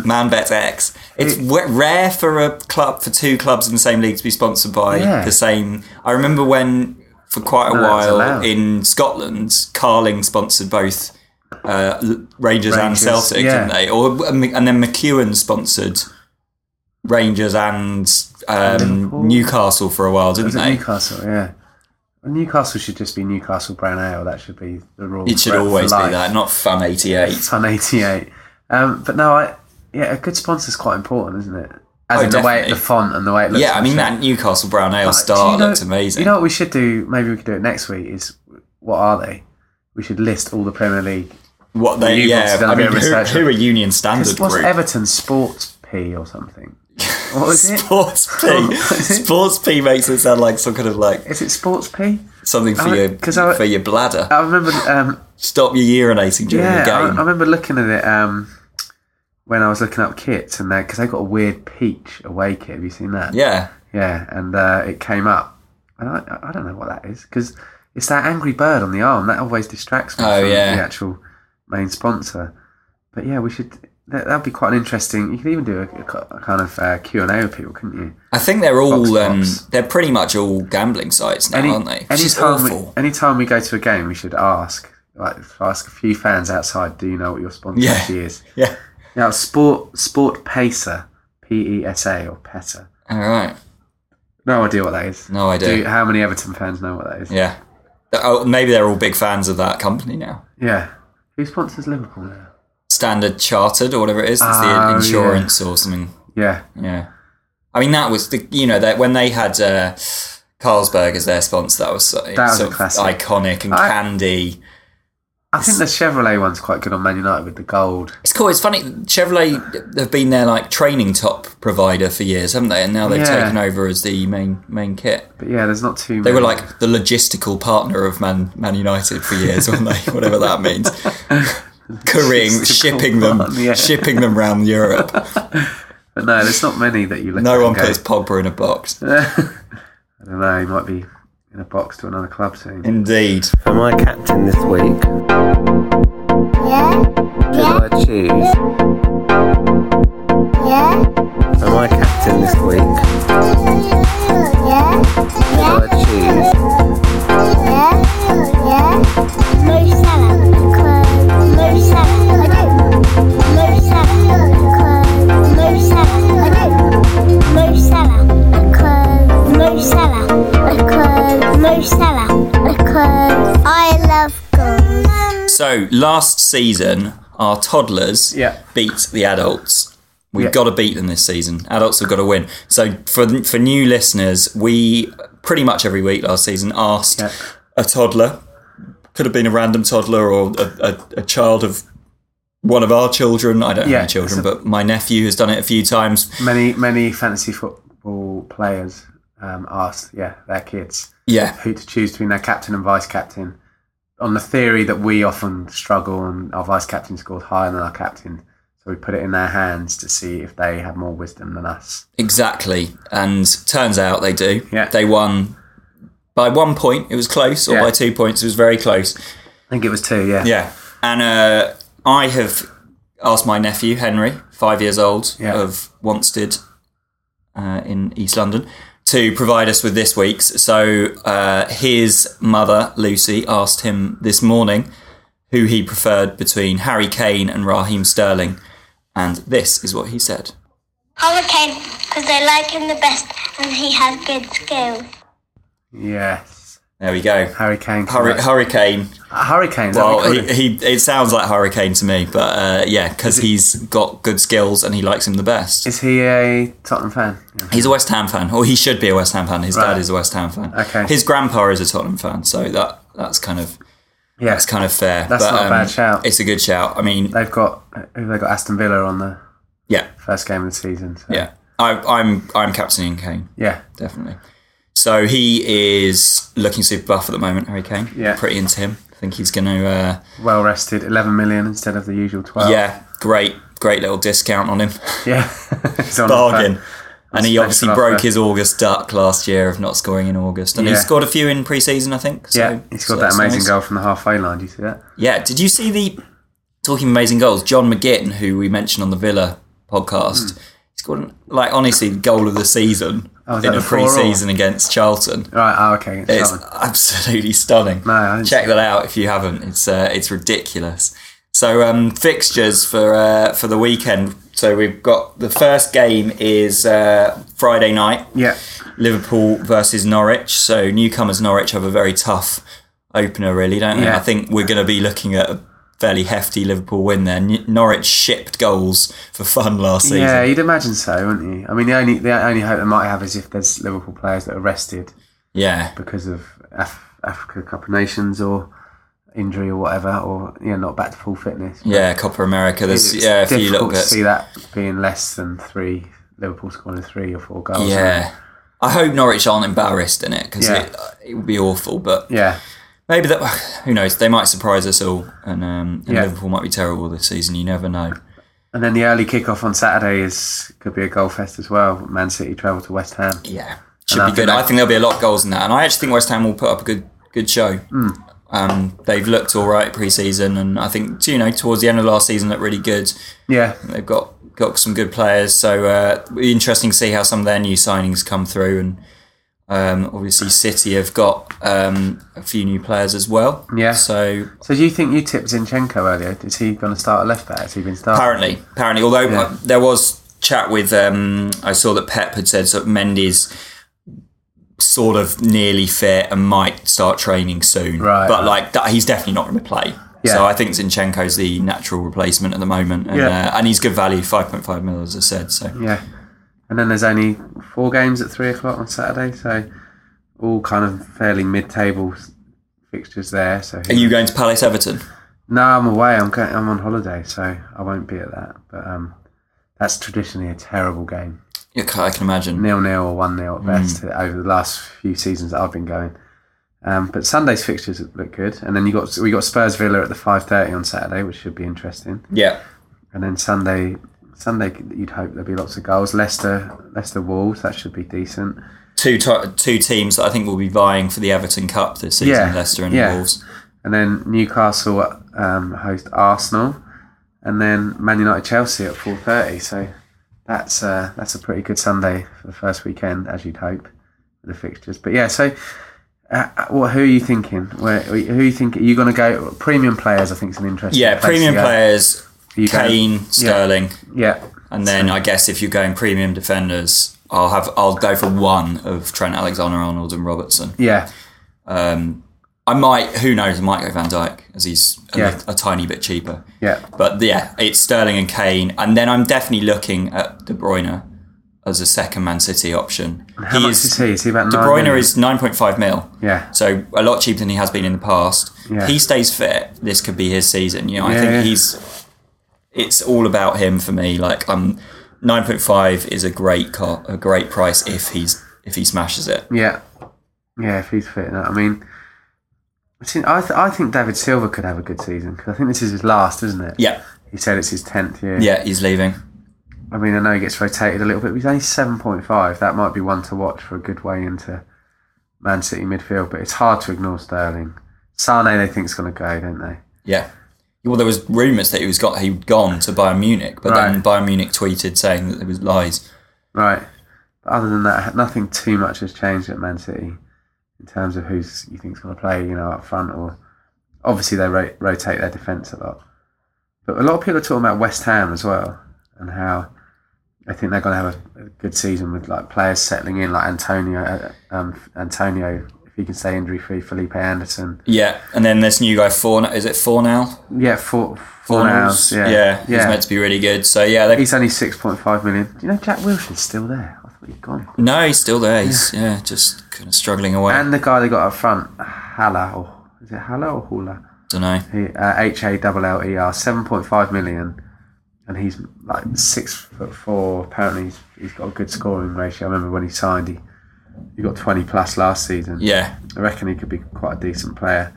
A: it? Man bets X. It's w rare for a club for two clubs in the same league to be sponsored by
B: Yeah.
A: the same. I remember when for quite a
B: No, that's
A: while
B: allowed.
A: in Scotland, Carling sponsored both uh, L- Rangers, and
B: Rangers,
A: Celtic,
B: yeah.
A: didn't they? Or um, and then McEwen sponsored Rangers and
B: Liverpool.
A: um, Newcastle for a while, didn't
B: Was it
A: they?
B: Newcastle? Yeah. Newcastle should just be Newcastle Brown Ale. That should be the rule.
A: It should
B: for- for
A: always be
B: life.
A: that, not Fun eighty eight.
B: It's on 88. Um, but no, I yeah, a good sponsor is quite important, isn't it? As
A: Oh,
B: in the way,
A: definitely.
B: the font and the way it looks.
A: Yeah, I
B: and
A: mean
B: shit.
A: that Newcastle brown ale
B: But
A: star
B: do you know-
A: looked amazing.
B: You know what we should do? Maybe we could do it next week. Is what are they? We should list all the Premier League.
A: What they,
B: Unions
A: yeah.
B: done a
A: I
B: bit
A: mean,
B: of
A: who,
B: research.
A: who are Union Standard
B: Because what's
A: Group?
B: Everton Sports P or something? What was it?
A: Sports P. Sports P makes it sound like some kind of like
B: Is it Sports P?
A: something for
B: I-
A: your
B: 'cause I-
A: for your bladder.
B: I remember. Um,
A: Stop you urinating during
B: yeah,
A: the
B: I,
A: game.
B: I remember looking at it um, when I was looking up kits and because they got a weird peach away kit. Have you seen that?
A: yeah,
B: Yeah, and uh, it came up. And I, I- I don't know what that is because it's that angry bird on the arm that always distracts me
A: Oh,
B: from
A: yeah.
B: the actual main sponsor. But yeah, we should. That that'd be quite an interesting. You could even do a, a co- a kind of uh, Q and A with people, couldn't you?
A: I think they're all
B: Fox,
A: um,
B: Fox.
A: they're pretty much all gambling sites now, aren't they? Which is
B: time
A: awful.
B: we, anytime we go to a game, we should ask like ask a few fans outside. Do you know what your sponsor
A: Yeah.
B: actually is?
A: yeah.
B: Now, sport sport pacer, P E S A or PESA.
A: All right.
B: No idea what that is.
A: No idea.
B: Do, how many Everton fans know what that is?
A: Yeah. Oh, maybe they're all big fans of that company now.
B: Yeah. Who sponsors Liverpool now?
A: Standard Chartered or whatever it is. It's
B: Oh,
A: the
B: yeah.
A: insurance or something.
B: Yeah.
A: Yeah. I mean, that was the, you know, that when they had uh, Carlsberg as their sponsor, that was, so,
B: That was
A: sort
B: a
A: of
B: classic.
A: iconic and
B: I-
A: candy.
B: I think the Chevrolet one's quite good on Man United with the gold.
A: It's cool. It's funny. Chevrolet have been their like training top provider for years, haven't they? And now they've
B: Yeah.
A: taken over as the main main kit.
B: But yeah, there's not too many.
A: They were like the logistical partner of Man Man United for years, weren't they? Whatever that means. Carrying,
B: Logistical
A: shipping them,
B: partner, yeah.
A: shipping them round Europe.
B: But no, there's not many that you look at.
A: No one
B: and go,
A: puts Pogba in a box.
B: I don't know, he might be in a box to another club soon.
A: Indeed.
E: For my captain this week,
F: Yeah,
E: did I choose?
F: yeah,
E: For my captain this week,
F: yeah,
E: did I choose?
F: yeah, yeah. Mo Salah. Mo Salah. I do. Mo Salah. Mo Salah. I do. Mo Salah. Mo Salah. Mo Salah. I love goals.
A: So last season, our toddlers
B: Yeah.
A: beat the adults. We've
B: Yeah.
A: got to beat them this season. Adults have got to win. So for for new listeners, we pretty much every week last season asked
B: Yeah.
A: a toddler, could have been a random toddler or a, a, a child of one of our children. I don't have
B: Yeah,
A: any children,
B: so-
A: but my nephew has done it a few times.
B: Many, many fantasy football players um, asked, yeah, their kids
A: Yeah,
B: who to choose between their captain and vice captain on the theory that we often struggle and our vice captain scored higher than our captain. So we put it in their hands to see if they have more wisdom than us.
A: Exactly. And turns out they do.
B: Yeah.
A: They won by one point, it was close, or
B: Yeah.
A: by two points, it was very close.
B: I think it was two, yeah.
A: Yeah. And uh, I have asked my nephew, Henry, five years old,
B: Yeah.
A: of Wanstead uh, in East London, to provide us with this week's. So uh, his mother, Lucy, asked him this morning who he preferred between Harry Kane and Raheem Sterling. And this is what he said.
F: Hurricane, because they like him the best and he has good skills.
B: Yes.
A: There we go.
B: Hurricane.
A: Hurri- Hurricane.
B: Uh, Hurricanes.
A: Well,
B: that'd be cool.
A: he, he it sounds like Hurricane to me, but uh, yeah, because he's got good skills and he likes him the best.
B: is he a Tottenham fan? Yeah.
A: He's a West Ham fan, or he should be a West Ham fan. His
B: Right.
A: dad is a West Ham fan.
B: Okay.
A: His grandpa is a Tottenham fan, so that that's kind of
B: Yeah,
A: that's kind of fair. um,
B: That's not a bad shout.
A: It's a good shout. I mean,
B: they've got who they got Aston Villa on the
A: yeah,
B: first game of the season. So.
A: yeah. I, I'm I'm captaining Kane
B: yeah,
A: definitely. So he is looking super buff at the moment, Harry Kane.
B: Yeah.
A: pretty into him. I think he's going to. Uh,
B: well rested. Eleven million instead of the usual twelve.
A: Yeah, great, great little discount on him.
B: yeah, He's on the
A: Bargain.
B: phone.
A: and he
B: That's
A: obviously
B: special
A: broke
B: offer.
A: his August duck last year of not scoring in August, and he
B: Yeah.
A: scored a few in pre-season, I think. So,
B: yeah, he scored
A: so
B: that
A: that's
B: amazing
A: nice.
B: goal from the halfway line. Do you see that?
A: Yeah, did you see the talking amazing goals? John McGinn, who we mentioned on the Villa podcast, scored an, like honestly the goal of the season
B: Hmm. Oh, is
A: in
B: that
A: a
B: the 4-0?
A: pre-season against Charlton.
B: Right. Oh, okay.
A: It's
B: Charlton.
A: absolutely stunning.
B: No, I didn't
A: Check
B: see
A: that out if you haven't. It's uh, it's ridiculous. So um, fixtures for uh, for the weekend. So we've got the first game is uh, Friday night.
B: Yeah.
A: Liverpool versus Norwich. So newcomers Norwich have a very tough opener, really, don't they?
B: Yeah.
A: I think we're going to be looking at a fairly hefty Liverpool win there. N- Norwich shipped goals for fun last season.
B: Yeah, you'd imagine so, wouldn't you? I mean, the only the only hope they might have is if there's Liverpool players that are rested
A: yeah.
B: because of Af- Africa Cup of Nations or injury or whatever, or yeah, not back to full fitness.
A: Yeah, Copper America. There's
B: It's
A: yeah a few little
B: difficult to
A: bits.
B: see that being less than three Liverpool scoring three or four goals.
A: Yeah. I hope Norwich aren't embarrassed in it because
B: Yeah.
A: it, uh, it would be awful. But
B: yeah,
A: maybe that who knows? They might surprise us all, and, um, and
B: Yeah.
A: Liverpool might be terrible this season. You never know.
B: and then the early kickoff on Saturday is could be a goal fest as well. Man City travel to West Ham.
A: Yeah, should
B: And I
A: be
B: think
A: good.
B: that-
A: I think there'll be a lot of goals in that, and I actually think West Ham will put up a good good show.
B: Hmm.
A: Um, they've looked all right pre-season, and I think you know towards the end of last season looked really good.
B: Yeah,
A: They've got got some good players, so uh, it'll be interesting to see how some of their new signings come through. And um, obviously, City have got um, a few new players as well.
B: Yeah.
A: So
B: so do you think you tipped Zinchenko earlier? Is he going to start at left back? Has he been starting?
A: Apparently, apparently. Although
B: Oh. Yeah.
A: uh, there was chat with, um, I saw that Pep had said sort of Mendy's sort of nearly fit and might start training soon.
B: Right.
A: But like that, he's definitely not going to play.
B: Yeah.
A: So I think Zinchenko's the natural replacement at the moment, and,
B: Yeah.
A: uh, and he's good value, five point five mil, as I said. So
B: Yeah. And then there's only four games at three o'clock on Saturday, so all kind of fairly mid-table s- fixtures there. So
A: are you going to Palace Everton?
B: No, I'm away. I'm going, I'm on holiday, so I won't be at that. But um, that's traditionally a terrible game,
A: Yeah, I can imagine.
B: nil-nil or one-nil at best over the last few seasons that I've been going. Um, but Sunday's fixtures look good, and then you got we got Spurs Villa at the five thirty on Saturday, which should be interesting.
A: Yeah.
B: And then Sunday, Sunday you'd hope there'll be lots of goals. Leicester, Leicester Wolves, that should be decent.
A: Two, to two teams that I think will be vying for the Everton Cup this season,
B: Yeah,
A: Leicester and
B: yeah.
A: Wolves.
B: and then Newcastle um, host Arsenal, and then Man United Chelsea at four thirty. So that's uh, that's a pretty good Sunday for the first weekend, as you'd hope, with the fixtures. But yeah, so uh, well, who are you thinking? Where who you think are you going to go? Premium players, I think, is an interesting.
A: Yeah,
B: place to
A: premium
B: go.
A: players,
B: You go-
A: Kane, Sterling.
B: Yeah,
A: And then I guess if you're going premium defenders, I'll have I'll go for one of Trent Alexander-Arnold and Robertson.
B: yeah,
A: I might, who knows, I might go Van Dijk as he's a,
B: Yeah.
A: a tiny bit cheaper.
B: yeah,
A: But yeah, it's Sterling and Kane, and then I'm definitely looking at De Bruyne as a second Man City option.
B: How much is he? Is he about
A: De
B: nine
A: Bruyne
B: million?
A: is 9.5 mil.
B: Yeah.
A: So a lot cheaper than he has been in the past.
B: Yeah.
A: He stays fit. This could be his season. You know, I
B: Yeah,
A: think
B: yeah.
A: he's. It's all about him for me. Like I'm, 9.5 is a great car, a great price if he's if he smashes it.
B: yeah, yeah. If he's fit enough, I mean. I think- I, th- I think David Silva could have a good season because I think this is his last, isn't it?
A: Yeah.
B: He said it's his tenth year.
A: Yeah, he's leaving.
B: I mean, I know he gets rotated a little bit, but he's only seven point five. That might be one to watch for a good way into Man City midfield. But it's hard to ignore Sterling. Sane, they think's going to go, don't they?
A: Yeah. Well, there was rumours that he was got he'd gone to Bayern Munich, but then
B: Right.
A: Bayern Munich tweeted saying that it was lies.
B: Right. But other than that, nothing too much has changed at Man City in terms of who's you think's going to play. You know, up front or obviously they ro- rotate their defence a lot. But a lot of people are talking about West Ham as well and how I think they're going to have a, a good season with like players settling in, like Antonio. uh, Um, Antonio, if he can stay injury free, Felipe Anderson.
A: Yeah, and then this new guy four is it four now?
B: Yeah, four four hours. Yeah,
A: yeah, he's meant to be really good. So yeah, they,
B: He's only six point five million. Do you know Jack Wilshere's still there? I thought he'd gone.
A: No, he's still there. He's yeah, just kind of struggling away.
B: And the guy they got up front, Hala, or is it Hala or Hula?
A: Don't know.
B: He, uh, H A L L E R, 7.5 million. And he's like six foot four. Apparently, he's, he's got a good scoring ratio. I remember when he signed, he, he got 20 plus last season.
A: Yeah,
B: I reckon he could be quite a decent player.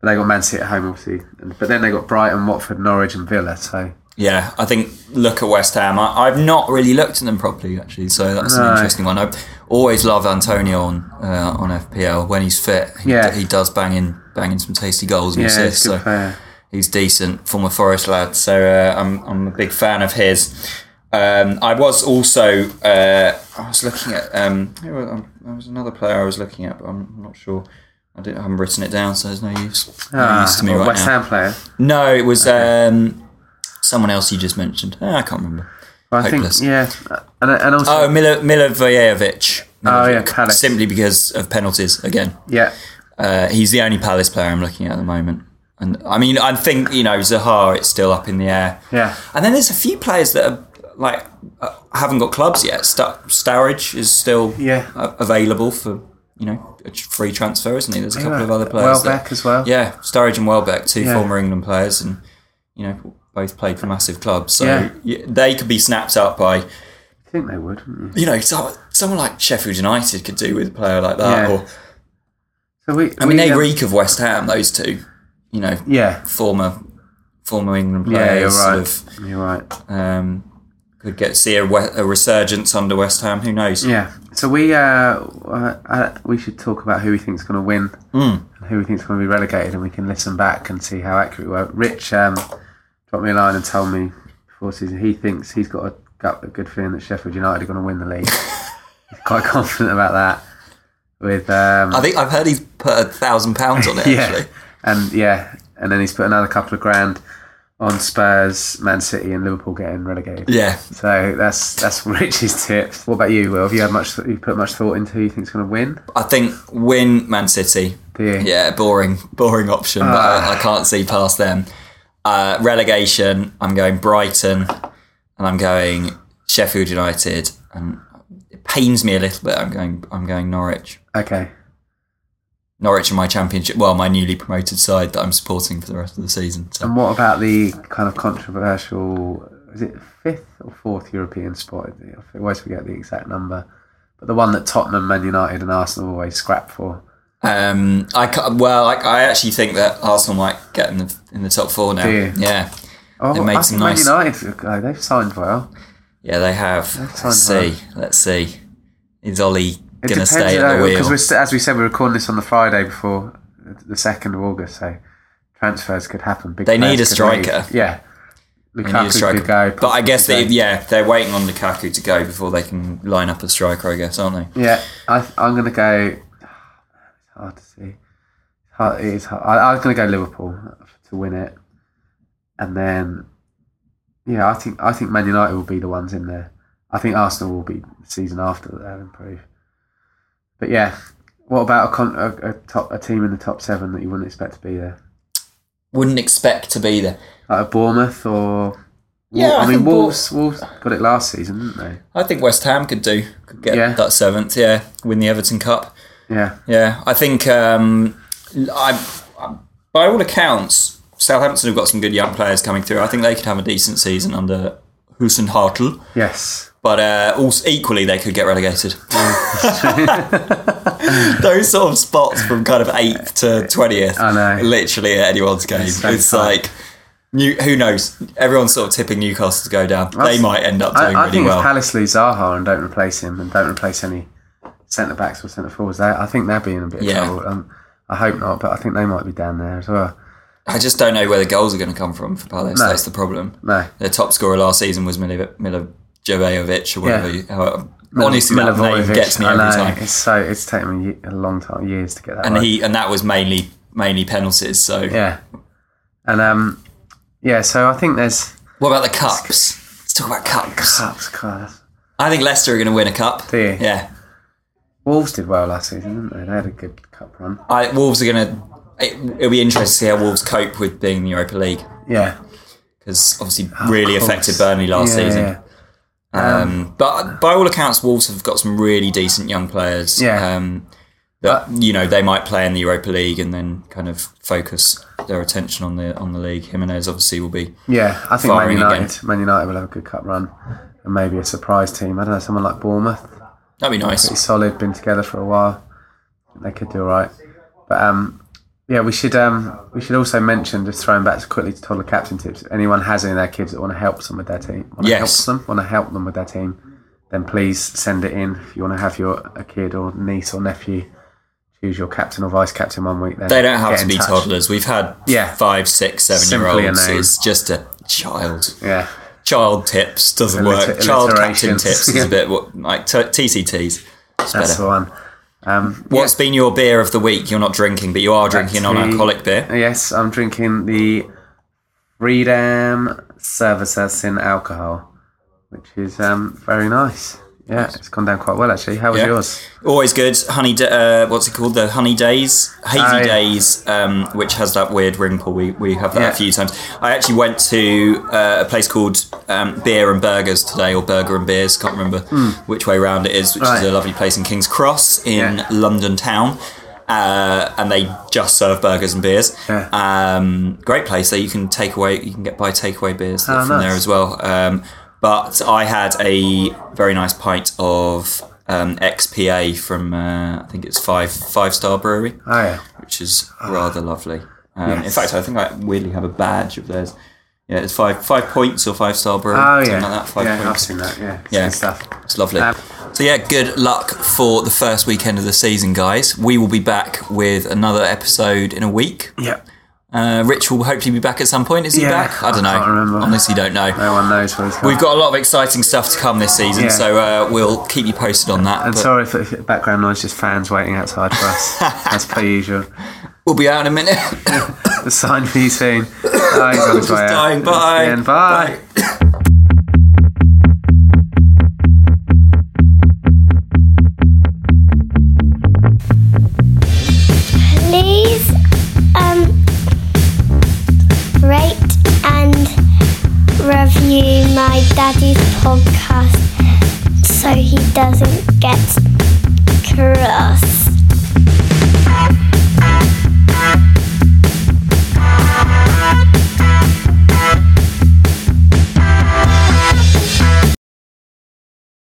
B: But they got Man City at home, obviously. And, but then they got Brighton, Watford, Norwich, and Villa. So
A: Yeah, I think look at West Ham. I, I've not really looked at them properly actually, so that's
B: No.
A: an interesting one. I always love Antonio on uh, on FPL when he's fit. He,
B: Yeah.
A: he does bang in bang in some tasty goals and
B: Yeah, he's a
A: assists.
B: good
A: so
B: player.
A: he's decent, former Forest lad. So uh, I'm I'm a big fan of his. Um, I was also uh, I was looking at um, who were- um, there was another player I was looking at, but I'm not sure. I, didn't, I haven't written it down, so there's no use. No use to me
B: a
A: right
B: Uh, Ah, West
A: now.
B: Ham player.
A: No, it was um, someone else you just mentioned. Ah, I can't remember.
B: Well, I think
A: Hopeless.
B: yeah, and, and also
A: Oh, Milo, Milivojevic.
B: Oh, yeah,
A: Milivojevic.
B: Palace.
A: Simply because of penalties again.
B: yeah,
A: Uh, he's the only Palace player I'm looking at at the moment. And I mean, I think you know Zaha. It's still up in the air.
B: Yeah.
A: And then there's a few players that are like uh, haven't got clubs yet. Sta Sturridge is still
B: Yeah.
A: a- available for you know a tr- free transfer, isn't he? There's a couple
B: Yeah.
A: of other players. that-
B: Welbeck as well.
A: Yeah, Sturridge and Welbeck, two
B: Yeah.
A: former England players, and you know both played for massive clubs. So
B: Yeah.
A: y- they could be snapped up by
B: I think they would. wouldn't you?
A: you know so, someone like Sheffield United could do with a player like that.
B: Yeah.
A: Or
B: So we,
A: I mean,
B: we,
A: they
B: um,
A: reek of West Ham. Those two, you know,
B: Yeah,
A: former former England players.
B: yeah, you're right.
A: Sort of,
B: You're right.
A: um, could get see a, we- a resurgence under West Ham. Who knows?
B: Yeah. So we uh, uh, uh, we should talk about who we think's going to win
A: Hmm.
B: and who we think's going to be relegated, and we can listen back and see how accurate we were. Rich um, dropped me a line and told me before season he thinks he's got a, gut a good feeling that Sheffield United are going to win the league. he's quite confident about that. With um,
A: I think I've heard he's put a thousand pounds on it.
B: yeah,
A: Actually,
B: and yeah, and then he's put another couple of grand on Spurs, Man City, and Liverpool getting relegated.
A: yeah.
B: So that's that's Rich's tips. What about you, Will? Have you had much? You put much thought into who you think's going to win?
A: I think win Man City.
B: Do you?
A: Yeah, boring, boring option, but
B: Ah.
A: I, I can't see past them. Uh, relegation, I'm going Brighton, and I'm going Sheffield United, and it pains me a little bit. I'm going, I'm going Norwich.
B: Okay.
A: Norwich are my championship, well, my newly promoted side that I'm supporting for the rest of the season. So
B: And what about the kind of controversial? Is it fifth or fourth European spot? I always forget the exact number, but the one that Tottenham, Man United, and Arsenal always scrap for.
A: um, I ca- well, I, I actually think that Arsenal might get in the in the top four now.
B: Do you?
A: Yeah,
B: Oh,
A: They made
B: I
A: some
B: think Man
A: nice-
B: United. oh, they've signed well.
A: yeah, they have. Let's
B: sounds
A: see, let's see. Is Ollie
B: It
A: gonna
B: depends,
A: stay at the wheel?
B: because as we said, we're recording this on the Friday before the second of August, so transfers could happen. Big
A: They need
B: players
A: a
B: could leave.
A: striker.
B: Yeah,
A: They need a
B: Lukaku
A: striker.
B: could go,
A: but I guess
B: Pulisic
A: they,
B: could go.
A: yeah, they're waiting on Lukaku to go before they can line up a striker. I guess, aren't they?
B: Yeah, I, I'm going to go. It's hard to see. It's hard- It is hard. I, I'm going to go Liverpool to win it, and then yeah, I think I think Man United will be the ones in there. I think Arsenal will be the season after that they'll improve. But yeah, what about a, con- a, a top a team in the top seven that you wouldn't expect to be there?
A: Wouldn't expect to be there.
B: Like a Bournemouth or
A: Yeah,
B: I,
A: I
B: mean
A: think Bour-
B: Wolves. Wolves got it last season, didn't they?
A: I think West Ham could do could get
B: Yeah.
A: that seventh. Yeah, win the Everton Cup.
B: Yeah,
A: Yeah, I think um, I, I- by all accounts, Southampton have got some good young players coming through. I think they could have a decent season under Hussein Hartl,
B: yes.
A: but uh, also equally they could get relegated. Those sort of spots from kind of eighth to twentieth,
B: I know.
A: literally at anyone's game. It's,
B: so tight.
A: like. New, who knows? Everyone's sort of tipping Newcastle to go down.
B: That's-
A: they might end up
B: I,
A: doing
B: I
A: really
B: think
A: well.
B: if Palace lose Zaha and don't replace him and don't replace any centre backs or centre forwards, they, I think they're being a bit
A: Yeah.
B: of trouble. Um, I hope not, but I think they might be down there as well.
A: I just don't know where the goals are going to come from for Palace.
B: No.
A: That's the problem.
B: No.
A: Their top scorer last season was Milo Jovejovic or whatever.
B: Yeah.
A: You, how, honestly, that name
B: Milivojevic,
A: gets me
B: I
A: every
B: know,
A: time.
B: It's so it's taken me ye- a long time, years to get that.
A: And
B: right.
A: he and that was mainly mainly penalties. So
B: yeah, and um, yeah. So I think there's
A: what about the cups? Let's talk about cups.
B: that's class.
A: I think Leicester are going to win a cup.
B: Do you?
A: Yeah,
B: Wolves did well last season, didn't they? They had a good cup run.
A: I, Wolves are going to. It, it'll be interesting to see how Wolves cope with being in the Europa League
B: Yeah,
A: because obviously really
B: course.
A: affected Burnley last
B: yeah,
A: season.
B: yeah.
A: Um, but by all accounts, Wolves have got some really decent young players.
B: Yeah.
A: Um, that you know they might play in the Europa League and then kind of focus their attention on the on the league. Jimenez obviously will be.
B: Yeah, I think Man
A: firing again.
B: United. Man United will have a good cup run, and maybe a surprise team. I don't know, someone like Bournemouth.
A: That'd be nice.
B: pretty solid, been together for a while. They could do all right. But um, Yeah, we should um we should also mention just throwing back quickly to toddler captain tips. Anyone has any of their kids that want to help some with their team, want to
A: Yes.
B: help them, want to help them with their team, then please send it in. If you want to have your a kid or niece or nephew choose your captain or vice captain one week, then
A: They don't have
B: get
A: to
B: in
A: be
B: touch.
A: toddlers. We've had
B: Yeah.
A: five, six, seven
B: Simply
A: year
B: a
A: olds.
B: name.
A: It's just a child.
B: Yeah,
A: Child tips doesn't
B: Alliter-
A: work. Child captain
B: alliterations.
A: tips is a bit what, like t- TCTs. It's
B: that's
A: better.
B: the one. Um,
A: What's been your beer of the week? You're not drinking, but you are drinking a
B: That's me.
A: non-alcoholic beer.
B: yes, I'm drinking the Freedom Services in alcohol, which is um very nice. Yeah, it's gone down quite well actually. How was
A: Yeah.
B: yours?
A: Always good. Honey, da- uh, what's it called? The Honey Days, Hazy
B: Aye.
A: Days, um, which has that weird wrinkle. We we have that
B: Yeah.
A: a few times. I actually went to uh, a place called um, Beer and Burgers today, or Burger and Beers. Can't remember which way round it is. Which
B: Hmm. Right.
A: is a lovely place in Kings Cross in
B: Yeah.
A: London town. Uh, and they just serve burgers and beers.
B: Yeah.
A: Um, great place. So you can take away, you can get buy takeaway beers
B: Ah,
A: from
B: nice.
A: there as well. Um, but I had a very nice pint of um, XPA from uh, I think it's five five star brewery,
B: Oh yeah.
A: which is rather lovely. Um, In
B: Yes.
A: fact, I think I weirdly have a badge of theirs. Yeah, it's five five points or five star brewery.
B: Oh
A: something
B: yeah,
A: like that. Five
B: yeah, I've
A: points.
B: seen that. Yeah, it's
A: Yeah.
B: good stuff.
A: It's lovely.
B: Um,
A: so yeah, good luck for the first weekend of the season, guys. We will be back with another episode in a week.
B: Yeah,
A: Uh, Rich will hopefully be back at some point. Is he
B: Yeah,
A: back? I don't know.
B: I can't remember. Um,
A: Honestly, don't know.
B: no one knows what it's
A: We've got a lot of exciting stuff to come this season,
B: Yeah.
A: so uh, we'll keep you posted on that.
B: And
A: but
B: sorry for the background noise, just fans waiting outside for us, as per usual.
A: We'll be out in a minute.
B: The sign for you soon. Oh, he's on his way out.
A: dying.
B: It's the
A: Bye.
B: end. Bye.
A: Bye.
F: Please um, rate and review my daddy's podcast so he doesn't get cross.